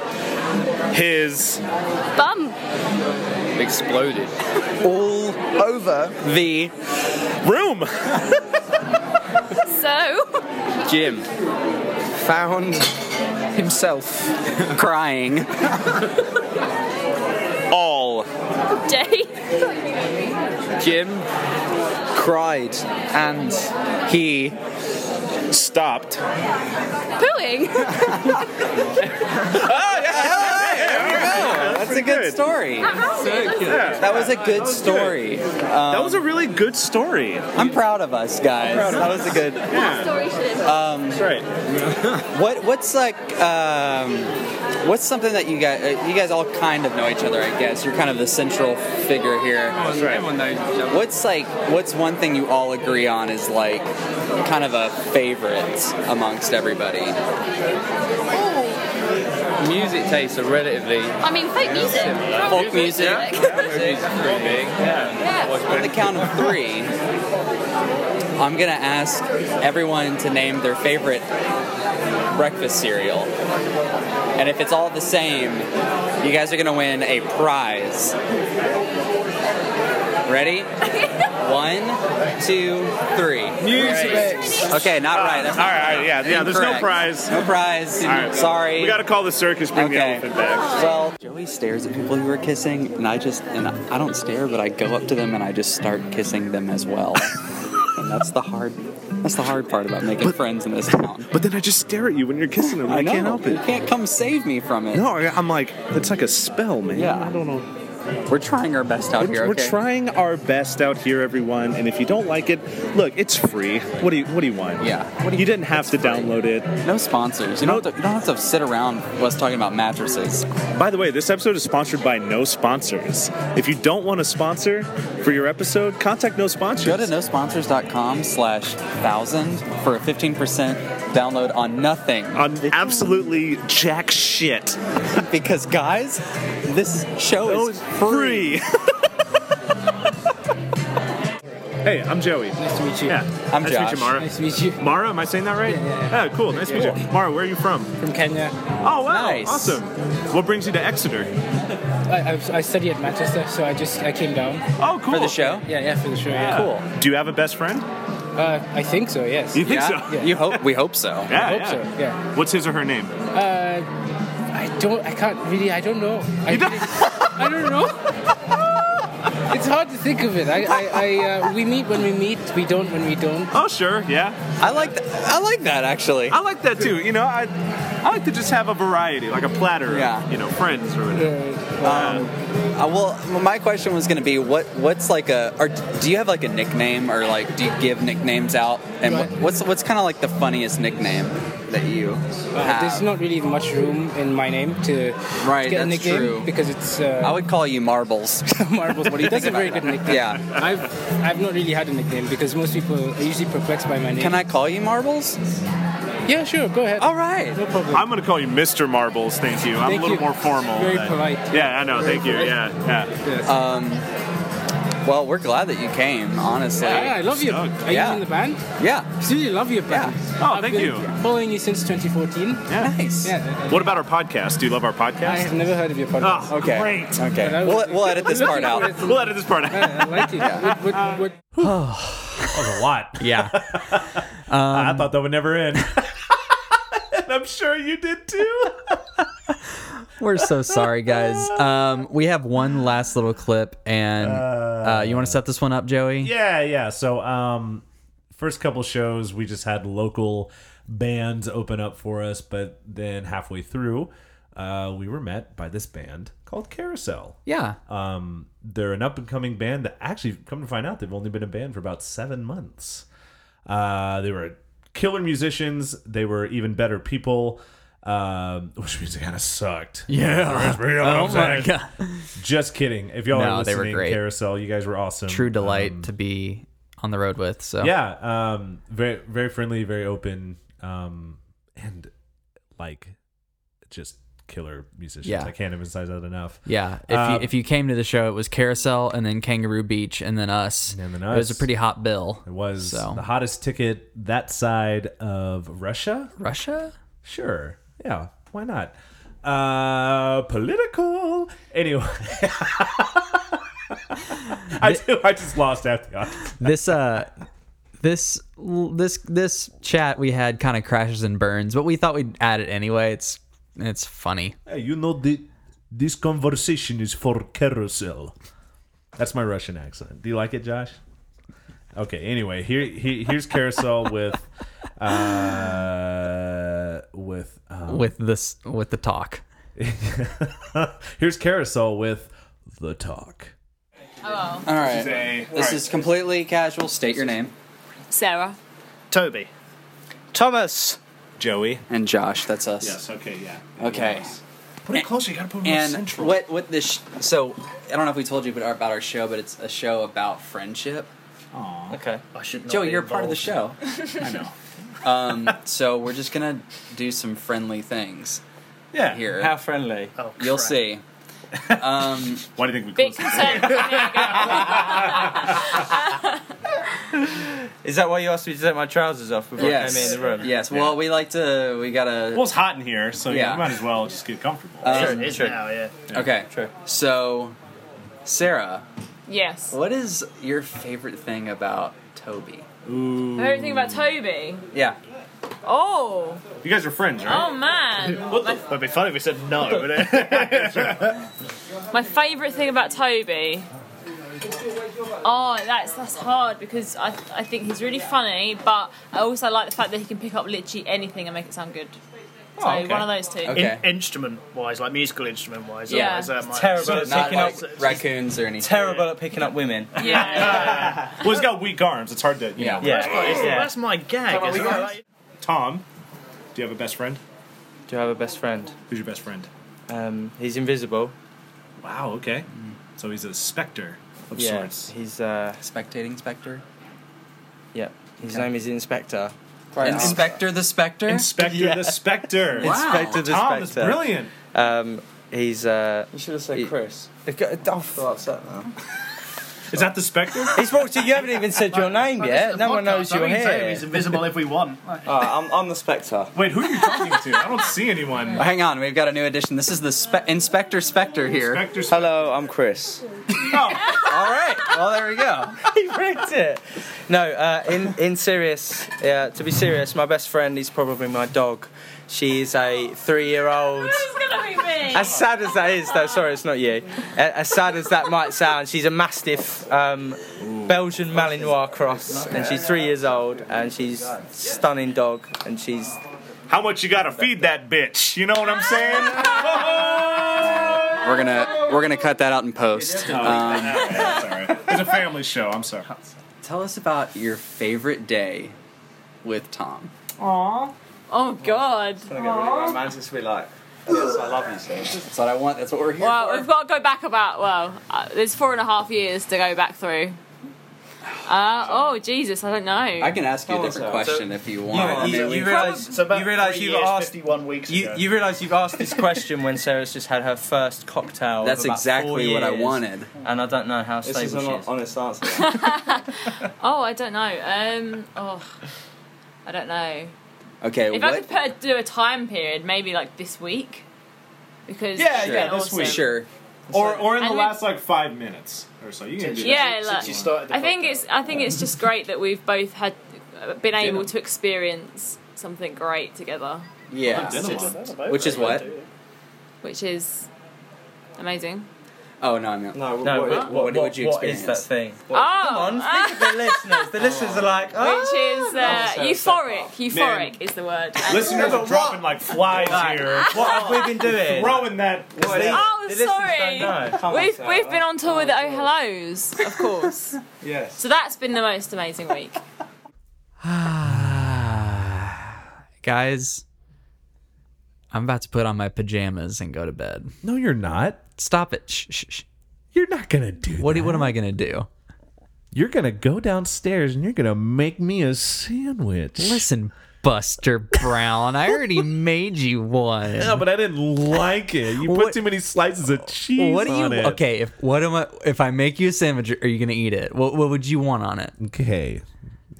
S3: his
S12: Bum.
S1: exploded all over the
S3: room.
S12: So.
S1: Jim found himself crying
S3: all
S12: Day.
S1: Jim cried and he
S3: stopped.
S12: Pooing.
S1: That's a good story. That was a good story.
S3: that was a really good story.
S1: I'm proud of us, guys.
S3: proud of
S1: that was a good. Um,
S3: That's right.
S1: what what's like um, what's something that you guys uh, you guys all kind of know each other I guess you're kind of the central figure here.
S7: That's right. everyone knows each other.
S1: What's like what's one thing you all agree on is like kind of a favorite amongst everybody. Music tastes are relatively
S12: I mean, folk music.
S1: folk music. On the count of three, I'm gonna ask everyone to name their favorite breakfast cereal. And if it's all the same, you guys are gonna win a prize. Ready? One, two, three.
S3: Music.
S1: Okay, not
S3: Uh,
S1: right.
S3: all right, all
S1: That's not
S3: right, yeah, yeah, there's no
S1: Incorrect.
S3: prize.
S1: No prize.
S3: All right.
S1: Sorry.
S3: We gotta call the circus, bring the elephant back.
S1: Well, Joey stares at people who are kissing, and I just and I don't stare, but I go up to them and I just start kissing them as well. and that's the hard that's the hard part about making friends in this town.
S3: But then I just stare at you when you're kissing them. I,
S1: I know.
S3: can't help it.
S1: You can't come save me from it.
S3: No, I- I'm like, it's like a spell, man.
S1: Yeah.
S3: I don't know.
S1: We're trying our best out
S3: we're,
S1: here.
S3: We're
S1: okay?
S3: trying our best out here, everyone. And if you don't like it, look, it's free. What do you What do you want?
S1: Yeah.
S3: What do you, didn't have to download it.
S1: No sponsors. You don't, have to, you don't have to sit around us talking about mattresses.
S3: By the way, this episode is sponsored by no sponsors. If you don't want a sponsor for your episode, contact no sponsors.
S1: Go to nosponsors.com slash thousand for a 15% download on nothing.
S3: On absolutely jack shit. Oh,
S1: because, guys, this show is free.
S3: Hey, I'm Joey. Nice to meet you. Yeah.
S1: I'm
S3: nice
S1: Josh.
S3: to meet you, Mara. Nice to meet you. Mara, am I saying that right? Yeah, Oh, cool. Nice to meet you. Mara, where are you from? From
S13: Kenya.
S3: Oh, wow. Awesome. What brings you to Exeter?
S13: I, I, I study at Manchester, so I just I came down.
S3: Oh, cool.
S1: For the show?
S13: Yeah, yeah, for the show. Yeah.
S3: Do you have a best friend?
S13: Uh, I think so. Yes.
S3: You think
S13: yeah?
S3: so?
S13: Yeah.
S1: You hope we hope so.
S3: Yeah,
S13: I hope
S3: yeah.
S13: so. Yeah.
S3: What's his or her name?
S13: Uh, I don't. I can't really. I don't know. I, really, I don't know. It's hard to think of it. I, I, I uh, we meet when we meet. We don't when we don't.
S3: Oh sure, yeah.
S1: I like th- I like that actually.
S3: I like that too. You know, I I like to just have a variety, like a platter.
S1: Yeah.
S3: Of, you know, friends or whatever.
S1: Um, uh, well, my question was going to be what what's like a or do you have like a nickname or like do you give nicknames out and what, what's what's kind of like the funniest nickname?
S8: that you
S13: Uh,
S11: Ah.
S13: there's not really much room in my name to,
S8: Right,
S13: to get
S8: that's
S13: a nickname
S8: true.
S13: because it's uh,
S8: I would call you Marbles.
S13: Marbles.
S8: What do you
S13: that's
S8: think
S13: a very
S8: about
S13: good
S8: that?
S13: nickname.
S8: Yeah.
S13: I've I've not really had a nickname because most people are usually perplexed by my name.
S8: Can I call you Marbles?
S13: Yeah, sure. Go ahead.
S1: Oh.
S8: All right.
S13: No problem.
S3: I'm going to call you Mr. Marbles. Thank you. I'm
S13: Thank
S3: a little
S13: you.
S3: more formal.
S13: Very
S3: than-
S13: polite.
S3: Yeah, I know.
S13: Very
S3: Thank you.
S13: polite.
S3: Yeah,
S13: yeah.
S8: Um, well, we're glad that you came, honestly.
S13: Yeah, I love you. Are you
S8: yeah.
S13: in the band?
S8: yeah.
S13: Absolutely love your band.
S3: Oh,
S13: I've
S3: thank
S13: been
S3: you.
S13: Following you since 2014.
S3: Yeah.
S8: Nice.
S13: Yeah.
S3: What about our podcast? Do you love our podcast?
S13: I have never heard of your podcast.
S3: Oh,
S8: Okay.
S3: great.
S8: Okay.
S13: I was-
S8: We'll, we'll edit this part out.
S3: We'll edit this part out.
S13: I like it. What- what- what-
S2: That was a lot.
S1: Yeah.
S2: I thought that would never end. and I'm sure you did too.
S1: We're so sorry, guys. Um, we have one last little clip, and uh, you want to set this one up, Joey?
S2: Yeah, yeah. So, um, first couple shows, we just had local bands open up for us, but then halfway through, uh, we were met by this band called Carousel.
S1: Yeah.
S2: Um, they're an up and coming band that actually, come to find out, they've only been a band for about seven months. Uh, they were killer musicians. They were even better people, um, which means they kind of sucked.
S1: Yeah.
S2: You know what I'm
S1: Oh my
S2: saying?
S1: God.
S2: Just kidding. If y'all
S1: No,
S2: are
S1: they
S2: listening,
S1: were great.
S2: Carousel, you guys were awesome.
S1: True delight to be on the road with. So
S2: Um, Yeah, um, very very friendly, very open, um, and like just killer musicians.
S1: Yeah.
S2: I can't emphasize that enough. Um,
S1: Yeah, if
S2: Uh,
S1: you, if you came to the show, it was Carousel and then Kangaroo Beach and then us. And
S2: then
S1: It was a
S2: us.
S1: pretty hot bill.
S2: It was
S1: So.
S2: the hottest ticket that side of Russia.
S1: Russia?
S2: Sure. Yeah. Why not? Uh, political. Anyway, I do, I just lost after.
S1: this uh this this this chat we had kind of crashes and burns, but we thought we'd add it anyway. It's it's funny.
S2: Hey, you know the, this conversation is for carousel. That's my Russian accent. Do you like it, Josh? Okay. Anyway, here, here here's carousel with uh with um,
S1: With this with the talk.
S2: here's carousel with the talk.
S9: Hello.
S8: All right.
S9: This is a-
S8: This is completely casual. State your name.
S9: Sarah.
S8: Toby. Thomas. Joey. And Josh. That's us.
S3: Yes, okay, yeah.
S8: Okay.
S3: Put it closer. You got to put it more
S8: And
S3: central.
S8: what what this? Sh- so I don't know if we told you about our, about our show, but it's a show about friendship. Aww. Okay. I should.
S4: not
S8: Joey,
S4: be
S8: you're a part of the show.
S4: I know.
S8: um, so we're just gonna do some friendly things.
S3: Yeah.
S8: Here.
S3: How
S8: friendly? Oh, You'll see. Um,
S3: Why do you think
S9: Big concern.
S14: Is that why you asked me to take my trousers off before
S8: Yes.
S14: I came in the room?
S8: Yes. Well, we like to. We gotta.
S3: Well, it's hot in here, so
S8: Yeah.
S3: you might as well just get comfortable.
S8: Um, Sure, it is sure. now,
S3: yeah.
S8: Okay. So, Sarah,
S3: Oh.
S9: yes.
S8: what is your favorite thing about Toby?
S9: My
S8: Ooh.
S9: favorite thing about Toby.
S8: Yeah.
S9: Oh.
S3: You guys are friends,
S9: Oh man.
S14: What the? That'd be funny if we said no. wouldn't it?
S9: My favorite thing about Toby. Oh, that's that's hard because I I think he's really funny, but I also like the fact that he can pick up literally anything and make it sound good. So one of those two.
S15: instrument wise, like musical instrument wise.
S9: Yeah.
S15: Is that my,
S14: Terrible
S15: sort
S14: at
S15: of
S14: picking
S15: like-
S14: up
S8: raccoons or anything.
S14: Terrible at picking up women.
S3: Well, he's got weak arms. It's hard to, you know.
S14: Yeah. Yeah. Yeah. That's
S15: my gag.
S14: Come on,
S15: is
S14: we
S15: that
S14: got-
S15: right?
S3: Tom, do you have a best friend?
S14: Do you have a best friend?
S3: Who's your best friend?
S14: Um, he's invisible.
S3: Wow, okay. So he's a specter of
S14: yeah,
S3: sorts.
S14: he's uh,
S8: spectating specter.
S14: Yeah, his
S8: Okay.
S14: name is Inspector.
S8: Inspector the Spectre.
S3: Inspector the Spectre. Wow.
S14: Inspector the
S3: Tom
S14: Spectre.
S3: is brilliant.
S14: Um, he's. Uh,
S8: you should have said Chris.
S14: I feel upset now.
S3: Is that the Spectre?
S14: He's walked in. You haven't even said your name
S15: Well, this is
S14: yet.
S15: a
S14: No one
S15: podcast,
S14: knows
S15: I
S14: you're
S15: mean,
S14: here.
S15: He's invisible if we want. Like-
S14: Uh, I'm, I'm the Spectre.
S3: Wait, who are you talking to? I don't see anyone.
S8: Hang on, we've got a new addition. This is the spe- Inspector Spectre here.
S14: Hello, I'm Chris. Oh,
S8: All right. Well, there we go.
S14: he rigged it. No, uh, in in serious, uh, to be serious, my best friend is probably my dog. She is a three-year-old.
S9: gonna be me.
S14: As sad as that is, though, sorry, it's not you. A- As sad as that might sound, she's a mastiff um, Belgian Malinois cross, and she's three years old, and she's stunning dog, and she's.
S3: How much you gotta feed that bitch? You know what I'm saying?
S8: We're gonna we're gonna cut that out in post.
S3: Oh,
S8: Um,
S3: it's all right. It's a family show. I'm sorry.
S8: tell us about your favorite day with Tom.
S9: Aw. Oh God.
S8: gonna get really romantic. It's be like, yes, I love you. So. That's what I want. That's what we're here
S9: Well,
S8: for.
S9: we've got to go back about well. Uh, there's four and a half years to go back through. Uh, oh Jesus, I don't know.
S8: I can ask you a
S9: Oh,
S8: different
S9: so-
S8: question if you want.
S14: You, you, realize, you realize
S15: three
S14: you've
S15: years,
S14: asked
S15: 51 weeks
S14: you,
S15: ago.
S14: you realize you've asked this question when Sarah's just had her first cocktail. of
S8: That's
S14: about four
S8: exactly what I
S14: years,
S8: wanted.
S14: and I don't know how
S8: This
S14: stable
S8: is an
S14: she is. Honest answer.
S9: Oh, I don't know. Um, oh, I don't know.
S8: Okay,
S9: if I
S8: what?
S9: could put a, do a time period, maybe like this week, because
S3: Yeah,
S9: it's
S3: yeah,
S9: been
S3: this
S9: awesome.
S3: week.
S8: Sure.
S3: Or, or in the
S9: And we-
S3: last like five minutes or so. You can do
S9: Yeah,
S3: that.
S9: like, I think it's I think it's just great that we've both had been able to experience something great together.
S8: Yeah. Which is what?
S9: which is amazing.
S8: Oh no, no,
S14: No,
S8: What,
S14: no,
S8: what,
S14: what-
S8: what
S14: what-
S8: would you
S14: what
S8: experience?
S14: is that thing?
S9: oh,
S14: Come on, think of the listeners. The listeners are like, oh,
S9: which is uh,
S14: no, so-
S9: euphoric. Euphoric is the word.
S3: Listeners are dropping like flies here.
S14: What have we been doing?
S3: Throwing that.
S14: What is-
S9: Oh,
S14: the listeners
S9: sorry.
S14: don't know. Come on,
S9: We've
S14: Sarah.
S9: we've been on tour with Oh Hellos, of course.
S14: Yes.
S9: So that's been the most amazing week.
S1: Guys, I'm about to put on my pajamas and go to bed.
S2: No, you're not.
S1: Stop it. Shh, shh, shh.
S2: You're not gonna do.
S1: What do, what am I gonna do?
S2: You're gonna go downstairs and you're gonna make me a sandwich.
S1: Listen, Buster Brown, I already made you one.
S2: Yeah, but I didn't like it. You put too many slices of cheese
S1: what do you
S2: on it.
S1: okay? If what am I? If I make you a sandwich, are you gonna eat it? What What would you want on it?
S2: Okay,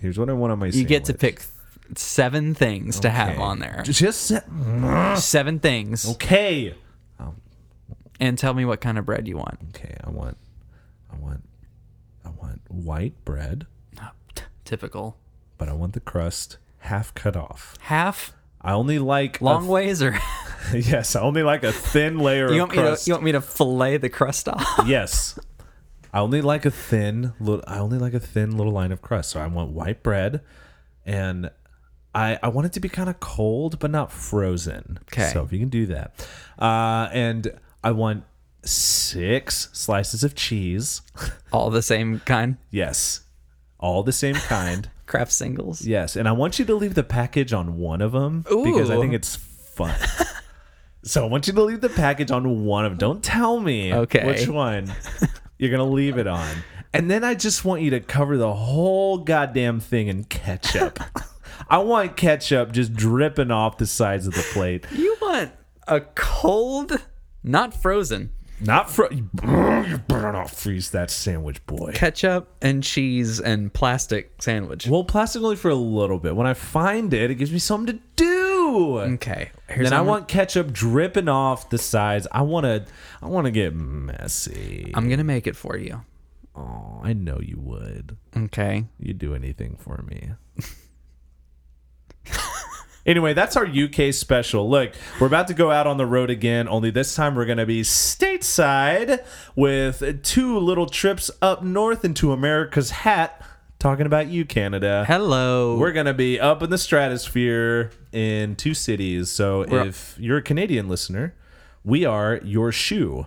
S2: here's what I want on my.
S1: You get to pick th- seven things to have on there.
S2: Just se-
S1: seven things.
S2: Okay.
S1: and tell me what kind of bread you want.
S2: Okay, I want, I want, I want white bread.
S1: Typical.
S2: But I want the crust half cut off.
S1: Half.
S2: I only like a
S1: Long
S2: th-
S1: ways or
S2: yes, I only like a thin layer
S1: you
S2: of
S1: want me to
S2: crust.
S1: you want me to fillet the crust off?
S2: yes. I only like a thin little I only like a thin little line of crust. So I want white bread and I I want it to be kind of cold but not frozen.
S1: Okay.
S2: So if you can do that. Uh and I want six slices of cheese.
S1: All the same kind?
S2: yes. All the same kind.
S1: Craft singles.
S2: Yes, and I want you to leave the package on one of them because I
S1: Ooh.
S2: think it's fun. so I want you to leave the package on one of them. Don't tell me
S1: Okay.
S2: which one you're gonna leave it on. And then I just want you to cover the whole goddamn thing in ketchup. I want ketchup just dripping off the sides of the plate.
S1: You want a cold, not frozen,
S2: not fro. You better not freeze that sandwich, boy.
S1: Ketchup and cheese and plastic sandwich.
S2: Well, plastic only for a little bit. When I find it, it gives me something to do.
S1: Okay.
S2: then I
S1: what I'm-
S2: want ketchup dripping off the sides. I want to. I want to get messy.
S1: I'm gonna make it for you.
S2: Oh, I know you would.
S1: Okay.
S2: You'd do anything for me. anyway, that's our UK special. Look, we're about to go out on the road again. Only this time we're gonna be stateside with two little trips up north into America's hat. Talking about you, Canada.
S1: Hello.
S2: We're gonna be up in the stratosphere in two cities. So
S1: We're-
S2: if you're a Canadian listener, we are your shoe.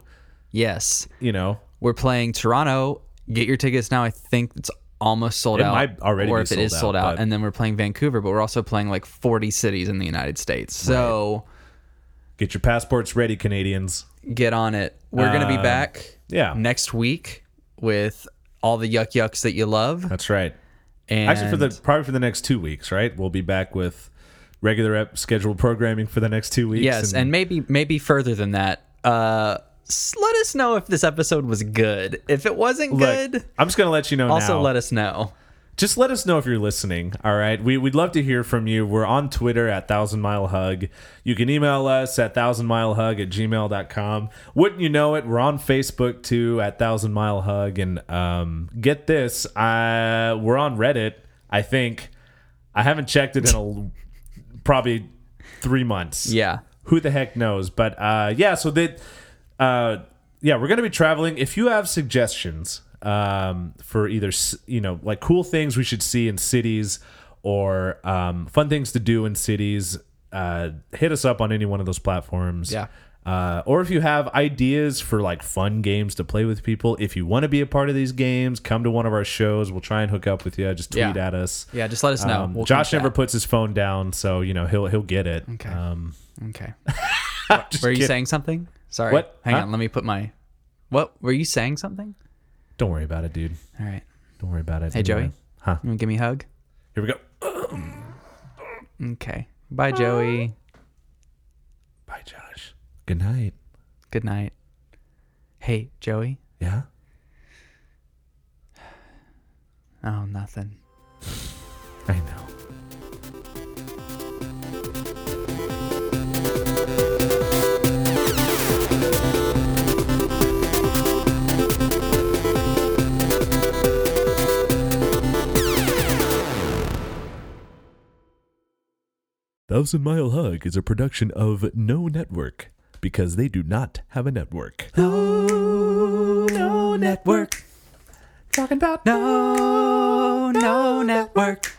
S1: Yes.
S2: You know.
S1: We're playing Toronto. Get your tickets now. I think it's almost sold
S2: It
S1: out.
S2: might already
S1: or
S2: be
S1: if it is
S2: sold out,
S1: sold out.
S2: but-
S1: And then we're playing Vancouver, but we're also playing like 40 cities in the United States. So
S2: Get your passports ready, Canadians.
S1: get on it. We're gonna be
S2: Uh,
S1: back.
S2: yeah.
S1: Next week with all the yuck yucks that you love.
S2: That's right.
S1: And
S2: Actually, for the probably for the next two weeks, right? We'll be back with regular ep- scheduled programming for the next two weeks.
S1: yes, and, maybe maybe further than that. Uh, s- let us know if this episode was good. If it wasn't
S2: Look,
S1: good,
S2: I'm just gonna let you know.
S1: also
S2: now.
S1: let us know.
S2: Just let us know if you're listening. All right, we we'd love to hear from you. We're on Twitter at Thousand Mile Hug. You can email us at Thousand Mile Hug at gmail.com. Wouldn't you know it? We're on Facebook too at Thousand Mile Hug. And um, get this, uh, we're on Reddit. I think I haven't checked it in a probably three months.
S1: Yeah.
S2: Who the heck knows? But uh, yeah, so that uh, yeah, we're gonna be traveling. If you have suggestions um, for either s- you know like cool things we should see in cities or um, fun things to do in cities, uh, hit us up on any one of those platforms.
S1: Yeah.
S2: Uh, or if you have ideas for like fun games to play with people, if you want to be a part of these games, come to one of our shows. We'll try and hook up with you. Just tweet
S1: Yeah.
S2: at us.
S1: Yeah, just let us know.
S2: Um,
S1: We'll
S2: Josh
S1: come
S2: never puts his phone down, so you know he'll he'll get it. Okay. Um,
S1: Okay.
S2: Were
S1: were you saying something? Sorry.
S2: What?
S1: Hang
S2: Huh?
S1: on. Let me put my. What were you saying? Something?
S2: Don't worry about it, dude.
S1: All right.
S2: Don't worry about it.
S1: Hey, Joey.
S2: Huh?
S1: You want to give me a hug?
S2: Here we go.
S1: Okay. Bye, Joey.
S2: Bye, Josh. Good night.
S1: Good night. Hey, Joey.
S2: Yeah.
S1: Oh, nothing.
S2: I know. Thousand Mile Hug is a production of No Network because they do not have a network.
S1: No, no network.
S2: Talking about
S1: no, no network.